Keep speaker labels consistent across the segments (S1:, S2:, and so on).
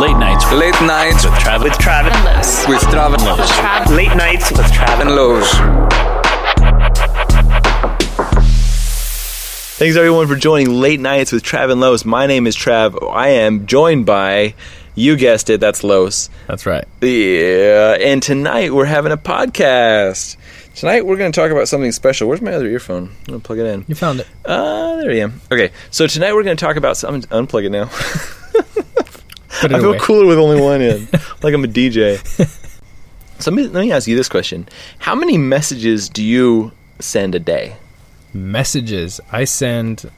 S1: Late night with Trav,
S2: with Trav and Lowe's.
S1: with Trav and Lowe's.
S2: Late nights with Trav
S1: And Lowe's.
S3: Thanks everyone for joining Late Nights with Trav and Los. My name is Trav. I am joined by, you guessed it, that's Los.
S4: That's right.
S3: Yeah, and tonight we're having a podcast. Tonight we're going to talk about something special. Where's my other earphone? I'm going to plug it in.
S4: You found it.
S3: Uh, there I am. Okay, so tonight we're going to talk about something. Unplug it now.
S4: Put it
S3: I feel
S4: away.
S3: cooler with only one in, like I'm a DJ. so let me, let me ask you this question: How many messages do you send a day?
S4: Messages. I send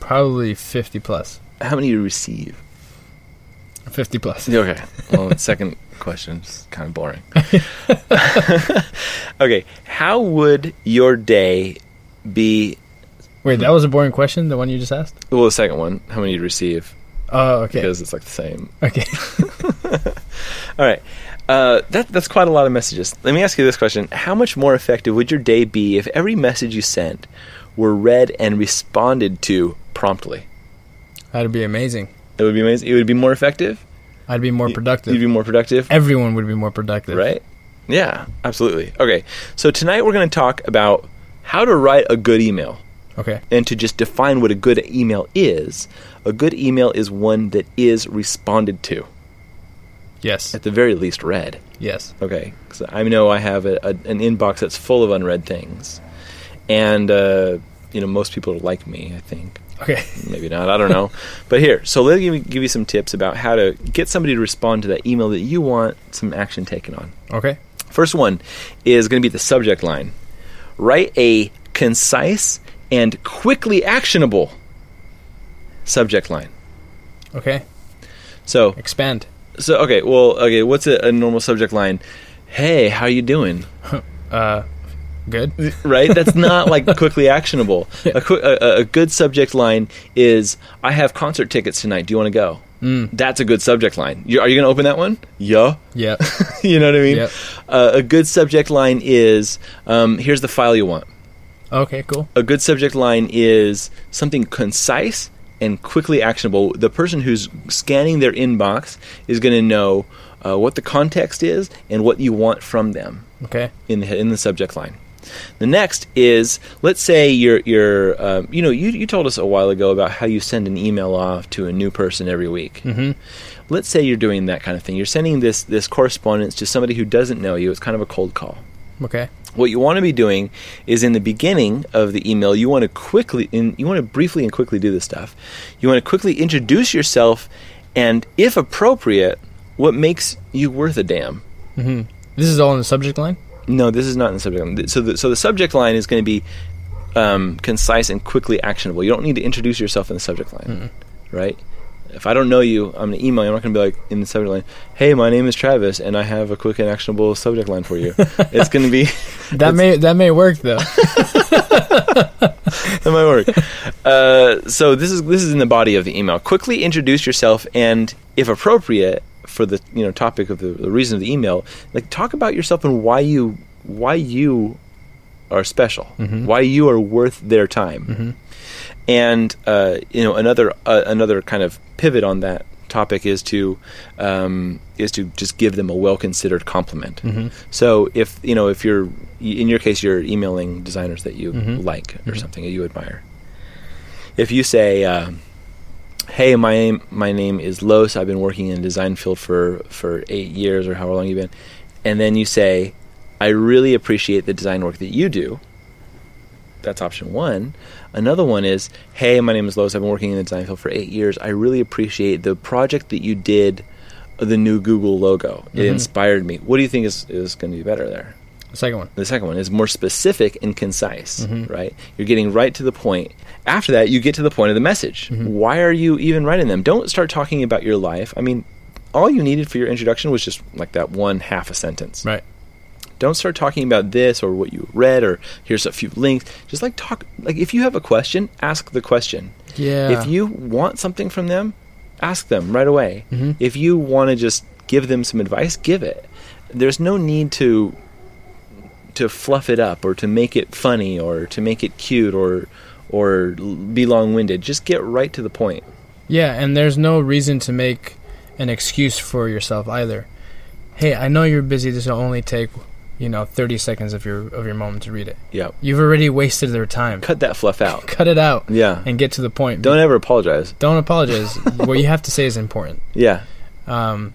S4: probably 50 plus.
S3: How many do you receive?
S4: 50 plus.
S3: Okay. Well, the second question is kind of boring. okay. How would your day be?
S4: Wait, that was a boring question, the one you just asked?
S3: Well, the second one, how many you receive?
S4: Oh, okay.
S3: Because it's like the same.
S4: Okay.
S3: All right. Uh, that, that's quite a lot of messages. Let me ask you this question How much more effective would your day be if every message you sent were read and responded to promptly?
S4: That'd be amazing.
S3: It would be amazing. It would be more effective.
S4: I'd be more productive.
S3: You'd be more productive.
S4: Everyone would be more productive.
S3: Right? Yeah, absolutely. Okay. So tonight we're going to talk about how to write a good email.
S4: Okay.
S3: and to just define what a good email is, a good email is one that is responded to,
S4: Yes.
S3: at the very least read.
S4: Yes.
S3: Okay, 'Cause I know I have a, a, an inbox that's full of unread things, and uh, you know most people are like me. I think
S4: Okay.
S3: maybe not. I don't know. but here, so let me give you some tips about how to get somebody to respond to that email that you want some action taken on.
S4: Okay.
S3: First one is going to be the subject line. Write a concise and quickly actionable subject line.
S4: Okay.
S3: So,
S4: Expand.
S3: so okay, well, okay, what's a, a normal subject line? Hey, how you doing?
S4: Uh, good.
S3: Right? That's not like quickly actionable. A, quick, a, a- a good subject line is I have concert tickets tonight. Do you want to go? Mm. That's a good subject line. You, are you going to open that one? Yeah.
S4: Yeah.
S3: you know what I mean?
S4: Yep.
S3: Uh, a good subject line is um, here's the file you want.
S4: Okay, cool.
S3: a good subject line is something concise and quickly actionable. The person who's scanning their inbox is going to know uh, what the context is and what you want from them
S4: Okay.
S3: in the, in the subject line. The next is let's say you're you're um, you know you you told us a while ago about how you send an email off to a new person every week. Mm-hmm. Let's say you're doing that kind of thing. You're sending this this correspondence to somebody who doesn't know you. It's kind of a cold call
S4: Okay.
S3: what you want to be doing is in the beginning of the email you want to quickly in, you want to briefly and quickly do this stuff you want to quickly introduce yourself and if appropriate what makes you worth a damn
S4: This is all in the subject line?
S3: no this is not in the subject line so the, so the subject line is going to be um, concise and quickly actionable you don't need to introduce yourself in the subject line right if I don't know you, I'm going to email you. I'm not going to be like in the subject line, hey, my name is Travis, and I have a quick and actionable subject line for you. it's going to be
S4: That may that may work though.
S3: that might work. Uh, so this is this is in the body of the email. Quickly introduce yourself, and if appropriate for the you know topic of the, the reason of the email, like talk about yourself and why you why you are special, why you are worth their time, and uh, you know another uh, another kind of pivot on that topic is to um, is to just give them a well considered compliment. So if you know if you're in your case you're emailing designers that you like or something that you admire, if you say. Um, Hey, my name my name is Los. I've been working in the design field for for eight years or however long you've been, and then you say, "I really appreciate the design work that you do." That's option one. Another one is, "Hey, my name is Los. I've been working in the design field for eight years. I really appreciate the project that you did, the new Google logo. It inspired me. What do you think is is going to be better there?"
S4: The second one.
S3: The second one is more specific and concise, right? You're getting right to the point. After that, you get to the point of the message. Why are you even writing them? Don't start talking about your life. I mean, all you needed for your introduction was just like that one half a sentence.
S4: Right.
S3: Don't start talking about this or what you read or here's a few links. Just like talk like if you have a question, ask the question.
S4: Yeah.
S3: If you want something from them, ask them right away. If you want to just give them some advice, give it. There's no need to to fluff it up or to make it funny or to make it cute or or l- be long-winded. Just get right to the point.
S4: Yeah, and there's no reason to make an excuse for yourself either. Hey, I know you're busy. This will only take, you know, 30 seconds of your of your moment to read it.
S3: Yeah.
S4: You've already wasted their time.
S3: Cut that fluff out.
S4: Cut it out
S3: Yeah.
S4: and get to the point.
S3: Don't ever apologize.
S4: Don't apologize. what you have to say is important.
S3: Yeah.
S4: Um,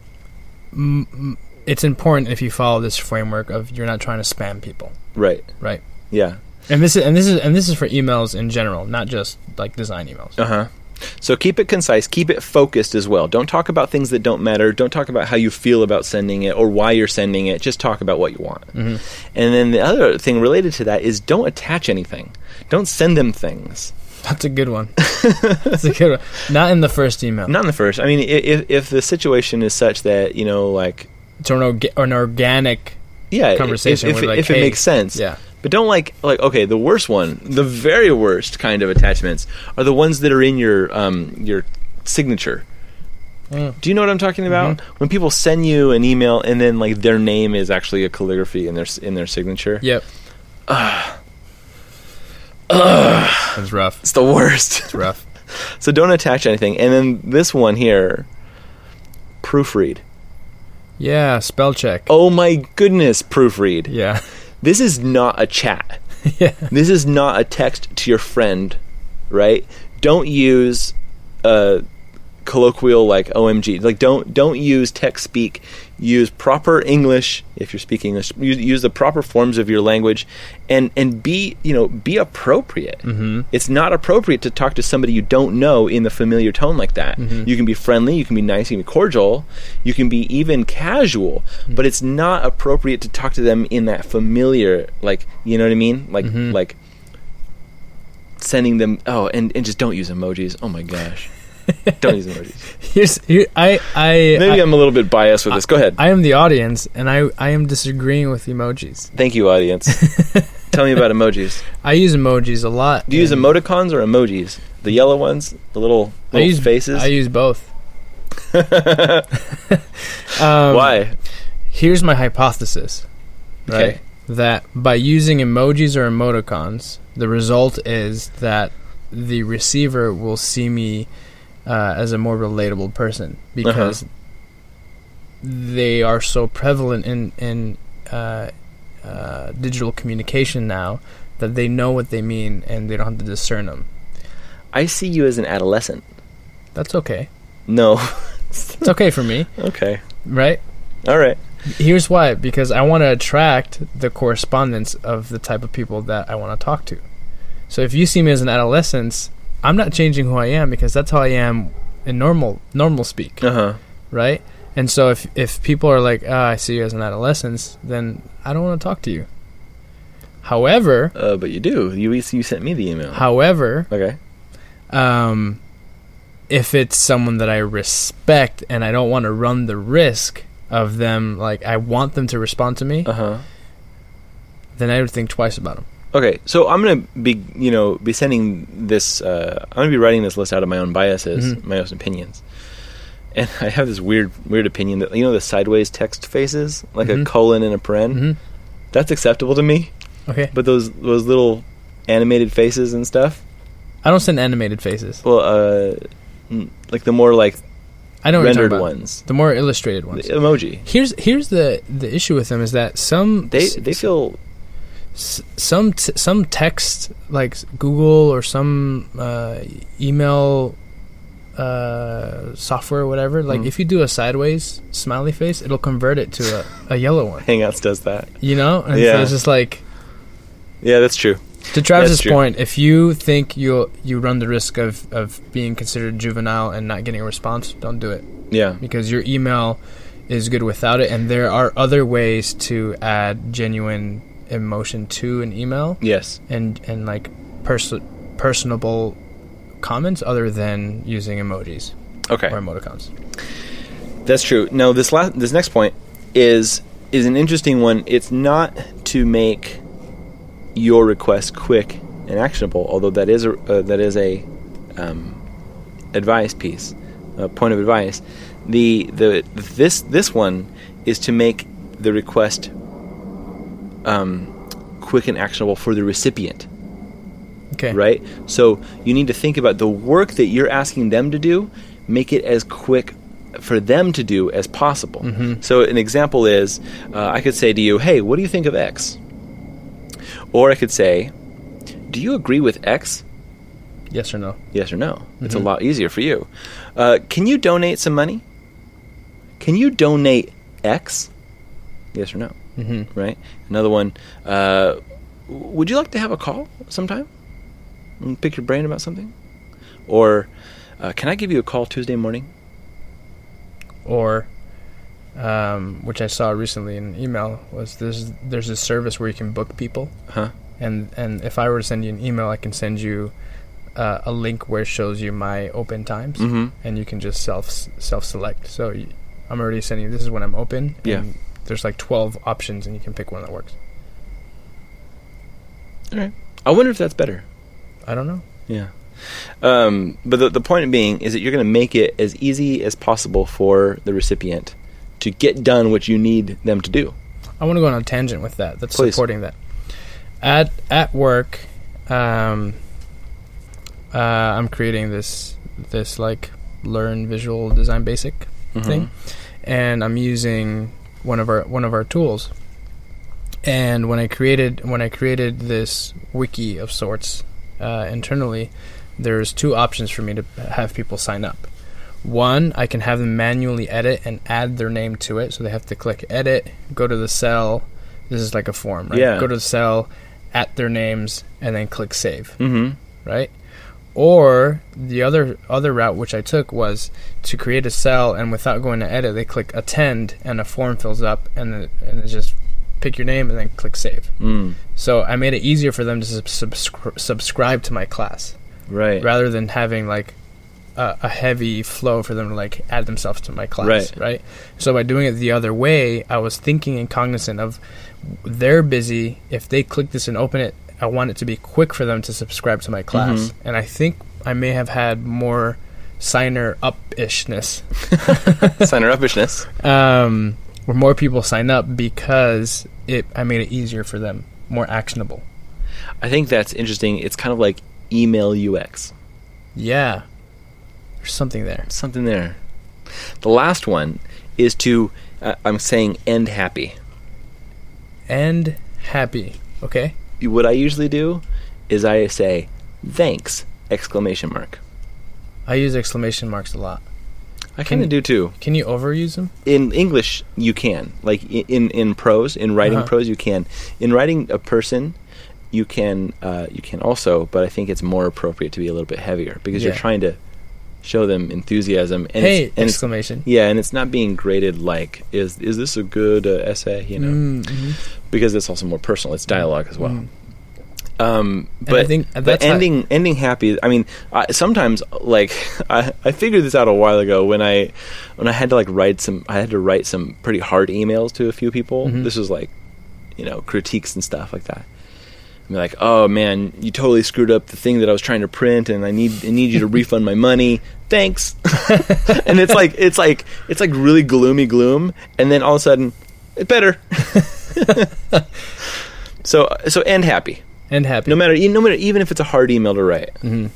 S4: m- m- it's important if you follow this framework of you're not trying to spam people,
S3: Right.
S4: right?
S3: Yeah.
S4: And this is and this is and this is for emails in general, not just like design emails.
S3: Uh huh. So keep it concise, keep it focused as well. Don't talk about things that don't matter. Don't talk about how you feel about sending it or why you're sending it. Just talk about what you want.
S4: Mm-hmm.
S3: And then the other thing related to that is don't attach anything. Don't send them things.
S4: That's a good one. That's a good one. Not in the first email.
S3: Not in the first. I mean, i- if if the situation is such that you know, like,
S4: It's an, orga- an organic
S3: yeah, if-
S4: conversation.
S3: If,
S4: with,
S3: it-
S4: like,
S3: if
S4: hey-
S3: it makes sense,
S4: Yeah.
S3: But don't like like okay, the worst one, the very worst kind of attachments are the ones that are in your um your signature.
S4: Mm.
S3: Do you know what I'm talking about? When people send you an email and then like their name is actually a calligraphy in their s- in their signature.
S4: Yep. That's rough.
S3: It's the worst.
S4: It's rough.
S3: so don't attach anything. And then this one here proofread.
S4: Yeah. Spell check.
S3: Oh my goodness, proofread.
S4: Yeah.
S3: This is not a chat.
S4: yeah.
S3: this is not a text to your friend, right? Don't use uh, colloquial like OMG. Like don't don't use text speak. Use proper English if you're speaking English. Use, use the proper forms of your language, and and be you know be appropriate. Mm-hmm. It's not appropriate to talk to somebody you don't know in the familiar tone like that. You can be friendly, you can be nice, you can be cordial, you can be even casual, but it's not appropriate to talk to them in that familiar like you know what I mean like like sending them oh and, and just don't use emojis oh my gosh don't use emojis
S4: Here's here, I I
S3: maybe
S4: I,
S3: I, am a little bit biased with this go ahead
S4: I am the audience, and I I am disagreeing with emojis.
S3: thank you audience tell me about emojis
S4: I use emojis a lot.
S3: do you use
S4: and-
S3: emoticons or emojis the yellow ones the little,
S4: I
S3: little
S4: use
S3: faces
S4: I use both. um,
S3: why
S4: Here's my hypothesis. Right.
S3: Okay.
S4: That by using emojis or emoticons, the result is that the receiver will see me uh, as a more relatable person because they are so prevalent in in uh, uh, digital communication now that they know what they mean and they don't have to discern them.
S3: I see you as an adolescent
S4: That's okay.
S3: no
S4: It's okay for me,
S3: okay
S4: right?
S3: all right
S4: Here's why because I want to attract the correspondence of the type of people that I want to talk to. So if you see me as an adolescent, I'm not changing who I am because that's how I am in normal normal speak,
S3: uh-huh
S4: right? And so if if people are like, "Ah, I see you as an adolescent," then I don't want to talk to you. However,
S3: uh, but you do you, you sent me the email
S4: however,
S3: okay
S4: um, if it's someone that I respect and I don't want to run the risk of them like I want them to respond to me,
S3: uh-huh
S4: then I would think twice about them.
S3: Okay, so I'm gonna be, you know, be sending this. Uh, I'm gonna be writing this list out of my own biases,
S4: Mhm.
S3: my own opinions, and I have this weird, weird opinion that you know the sideways text faces, like a
S4: Mhm.
S3: colon and a paren,
S4: Mhm.
S3: that's acceptable to me.
S4: Okay.
S3: But those those little animated faces and stuff,
S4: I don't send animated faces.
S3: well, uh, n- like the more like
S4: I know what you're talking
S3: rendered
S4: about.
S3: ones,
S4: The more illustrated
S3: the
S4: ones.
S3: emoji,
S4: Here's here's the the issue with them is that some
S3: they
S4: s-
S3: they feel
S4: s- some t- some text like Google or some uh, email uh, software or whatever. Like
S3: Mhm.
S4: if you do a sideways smiley face, it'll convert it to a, a yellow one.
S3: Hangouts does that.
S4: You know, and so
S3: Yeah.
S4: it's just like
S3: Yeah, that's true.
S4: To Travis's
S3: That's true.
S4: point, if you think you you run the risk of, of being considered juvenile and not getting a response, don't do it
S3: Yeah,
S4: because your email is good without it, and there are other ways to add genuine emotion to an email
S3: yes,
S4: and and like pers- personable comments other than using emojis
S3: okay.
S4: or emoticons.
S3: That's true. Now this last this next point is is an interesting one. It's not to make your request quick and actionable, although that is a uh, that is a um, advice piece, a point of advice. The the this this one is to make the request um, quick and actionable for the recipient
S4: Okay,
S3: right? So you need to think about the work that you're asking them to do, make it as quick for them to do as possible. So an example is uh, I could say to you, "Hey, what do you think of X?" Or I could say, "Do you agree with X?"
S4: Yes or no?
S3: Yes or no. It's a lot easier for you. Uh, can you donate some money? Can you donate X? Yes or no. Mm-hmm. Right. Another one. Uh, w- would you like to have a call sometime and pick your brain about something? Or uh, can I give you a call Tuesday morning?
S4: Or, um, which I saw recently in an email was there's there's a service where you can book people,
S3: Huh?
S4: and and if I were to send you an email, I can send you. Uh, a link where it shows you my open times,
S3: Mhm.
S4: and you can just self self select. So you, I'm already sending you this is when I'm open.
S3: Yeah.
S4: and There's like 12 options, and you can pick one that works.
S3: All right. I wonder if that's better.
S4: I don't know.
S3: Yeah. Um, but the, the point being is that you're going to make it as easy as possible for the recipient to get done what you need them to do.
S4: I want to go on a tangent with that. That's
S3: Please.
S4: supporting that. At at work, um, uh, I'm creating this this like learn visual design basic
S3: Mm-hmm.
S4: thing, and I'm using one of our one of our tools. And when I created when I created this wiki of sorts uh, internally, there's two options for me to have people sign up. One, I can have them manually edit and add their name to it. So they have to click edit, go to the cell. This is like a form, right?
S3: Yeah.
S4: Go to the cell, at their names, and then click save,
S3: Mm-hmm.
S4: right? Or the other other route which I took was to create a cell and without going to edit, they click attend and a form fills up and it, and it's just pick your name and then click save.
S3: Mm.
S4: So I made it easier for them to sub- subscri- subscribe to my class
S3: Right.
S4: rather than having like a, a heavy flow for them to like add themselves to my class,
S3: Right.
S4: right. So by doing it the other way, I was thinking and cognizant of they're busy. If they click this and open it, I want it to be quick for them to subscribe to my class, and I think I may have had more signer up ishness
S3: Signer upishness.
S4: um, where more people sign up because it I made it easier for them, more actionable.
S3: I think that's interesting. It's kind of like email UX.
S4: Yeah, there's something there.
S3: Something there. The last one is to, uh, I'm saying end happy.
S4: And happy. Okay.
S3: What I usually do is I say, thanks, exclamation mark.
S4: I use exclamation marks a lot.
S3: I kind of do too.
S4: Can you overuse them?
S3: in English you can like i- in in prose in writing
S4: Uh-huh.
S3: prose you can in writing a person you can uh, you can also but I think it's more appropriate to be a little bit heavier because you're
S4: Yeah.
S3: trying to show them enthusiasm and
S4: hey!
S3: it's, and it's-
S4: exclamation.
S3: yeah and it's not being graded like is is this a good uh, essay you know
S4: Mm-hmm.
S3: because it's also more personal it's dialogue as well. Um, but
S4: I think
S3: but
S4: that's not-
S3: ending ending happy. I mean, I, sometimes like I, I figured this out a while ago when I when I had to like write some I had to write some pretty hard emails to a few people.
S4: Mm-hmm.
S3: This was like you know critiques and stuff like that. I'm like, oh man, you totally screwed up the thing that I was trying to print, and I need I need you to refund my money. Thanks. and it's like it's like it's like really gloomy gloom, and then all of a sudden, it's better. so so and happy.
S4: And happy.
S3: No matter, e, no matter, even if it's a hard email to write,
S4: Mhm.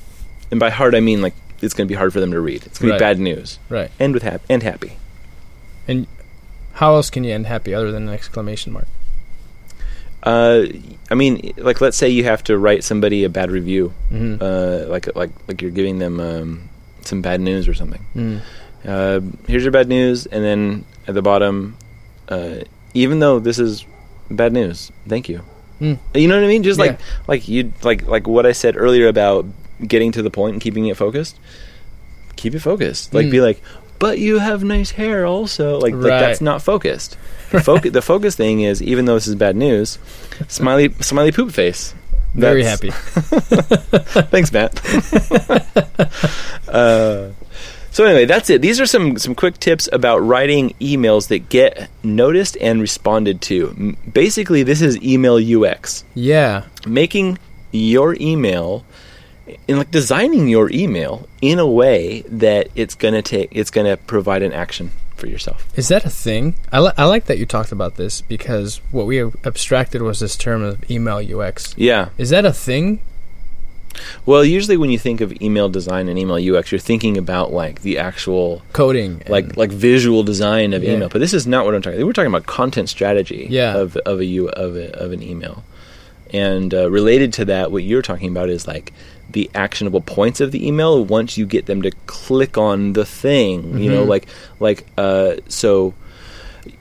S3: and by hard I mean like it's going to be hard for them to read. It's going
S4: Right.
S3: to be bad news.
S4: Right.
S3: End with happy. End happy.
S4: And how else can you end happy other than an exclamation mark?
S3: Uh, I mean, like let's say you have to write somebody a bad review,
S4: Mhm.
S3: uh, like like like you're giving them um, some bad news or something.
S4: Mm.
S3: Uh, here's your bad news, and then at the bottom, uh, even though this is bad news, thank you.
S4: Mm.
S3: You know what I mean? Just like
S4: Yeah.
S3: like you like like what I said earlier about getting to the point and keeping it focused. Keep it focused. Like
S4: Mm.
S3: be like, but you have nice hair also. Like, like
S4: Right.
S3: that's not focused. The focus the focus thing is even though this is bad news, smiley smiley poop face.
S4: Very
S3: That's-
S4: happy.
S3: Thanks, Matt. uh, so anyway, that's it. These are some some quick tips about writing emails that get noticed and responded to. M- Basically, this is email UX,
S4: Yeah.
S3: making your email and like designing your email in a way that it's gonna take it's gonna provide an action for yourself.
S4: Is that a thing? I, li- I like that you talked about this because what we ab- abstracted was this term of email UX.
S3: Yeah,
S4: Is that a thing?
S3: Well, usually when you think of email design and email UX, you're thinking about like the actual
S4: Coding, and-
S3: like like visual design of
S4: Yeah.
S3: email. But this is not what I'm talking. We're talking about content strategy
S4: Yeah.
S3: of of a you of a, of an email. And uh, related to that, what you're talking about is like the actionable points of the email once you get them to click on the thing. You know,
S4: Mhm.
S3: like like uh, so.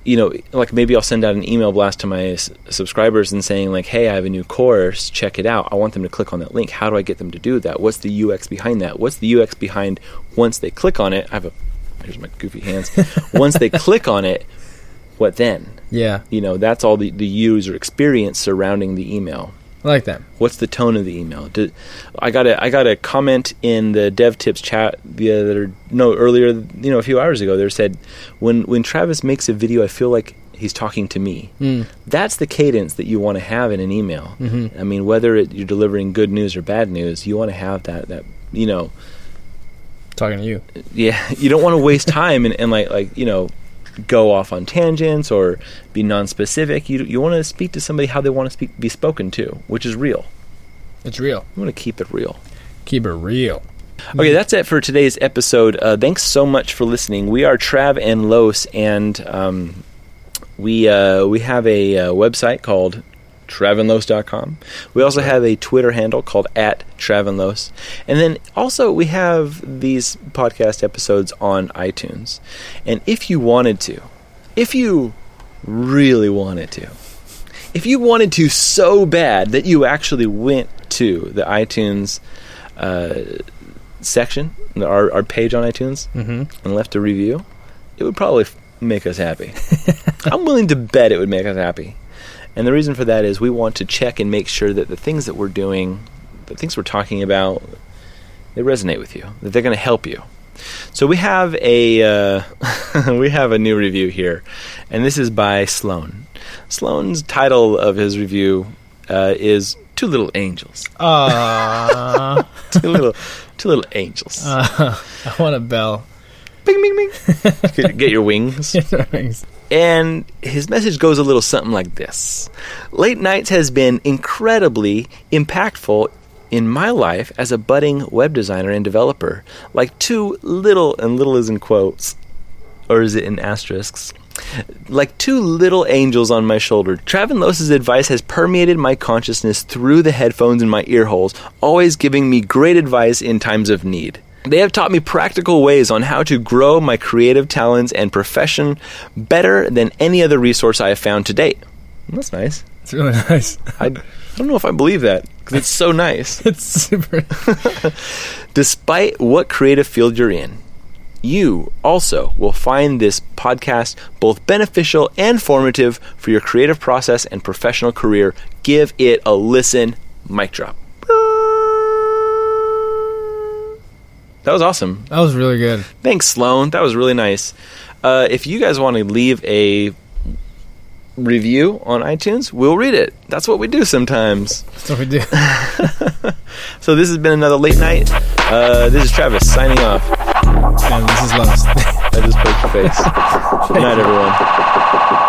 S3: You know, like maybe I'll send out an email blast to my s- subscribers and saying like, "Hey, I have a new course. Check it out." I want them to click on that link. How do I get them to do that? What's the UX behind that? What's the UX behind once they click on it? I have a here's my goofy hands. Once they click on it, what then?
S4: yeah,
S3: You know, that's all the, the user experience surrounding the email.
S4: I like that.
S3: What's the tone of the email? Did, I got a I got a comment in the Dev Tips chat the other no earlier you know a few hours ago. There said when when Travis makes a video, I feel like he's talking to me.
S4: Mm.
S3: That's the cadence that you want to have in an email. I mean, whether it, you're delivering good news or bad news, you want to have that that you know
S4: Talking to you.
S3: yeah you don't want to waste time and, and like like you know go off on tangents or be non-specific you you want to speak to somebody how they want to speak be spoken to which is real
S4: It's real.
S3: you want to keep it real
S4: Keep it real.
S3: okay that's it for today's episode uh, thanks so much for listening we are trav and los and um, we uh, we have a uh, website called travenlos.com. We also have a Twitter handle called at travenlos. And then also we have these podcast episodes on iTunes. And if you wanted to, if you really wanted to, if you wanted to so bad that you actually went to the iTunes uh, section, our, our page on iTunes,
S4: Mm-hmm.
S3: and left a review, it would probably f- make us happy. I'm willing to bet it would make us happy. And the reason for that is we want to check and make sure that the things that we're doing, the things we're talking about, they resonate with you, that they're going to help you. So we have a uh, we have a new review here, and this is by Sloan. Sloan's title of his review uh, is Two Little Angels."
S4: Uh,
S3: Two little, two little angels.
S4: I want a bell.
S3: Bing, bing, bing. Get get your wings. And his message goes a little something like this Late Nights has been incredibly impactful in my life as a budding web designer and developer. Like two little, and little is in quotes, or is it in asterisks? Like two little angels on my shoulder, Travin Los's advice has permeated my consciousness through the headphones in my ear holes, always giving me great advice in times of need. They have taught me practical ways on how to grow my creative talents and profession better than any other resource I have found to date. That's nice.
S4: It's really nice.
S3: I, I don't know if I believe that because it's so nice
S4: It's super.
S3: despite what creative field you're in. You also will find this podcast both beneficial and formative for your creative process and professional career. Give it a listen. Mic drop. That was awesome.
S4: That was really good.
S3: Thanks, Sloan. That was really nice. Uh, if you guys want to leave a review on iTunes, we'll read it. That's what we do sometimes.
S4: That's what we do.
S3: So, this has been another late night. Uh, this is Travis signing off.
S4: and this is last.
S3: I just poked your face. Good night, everyone.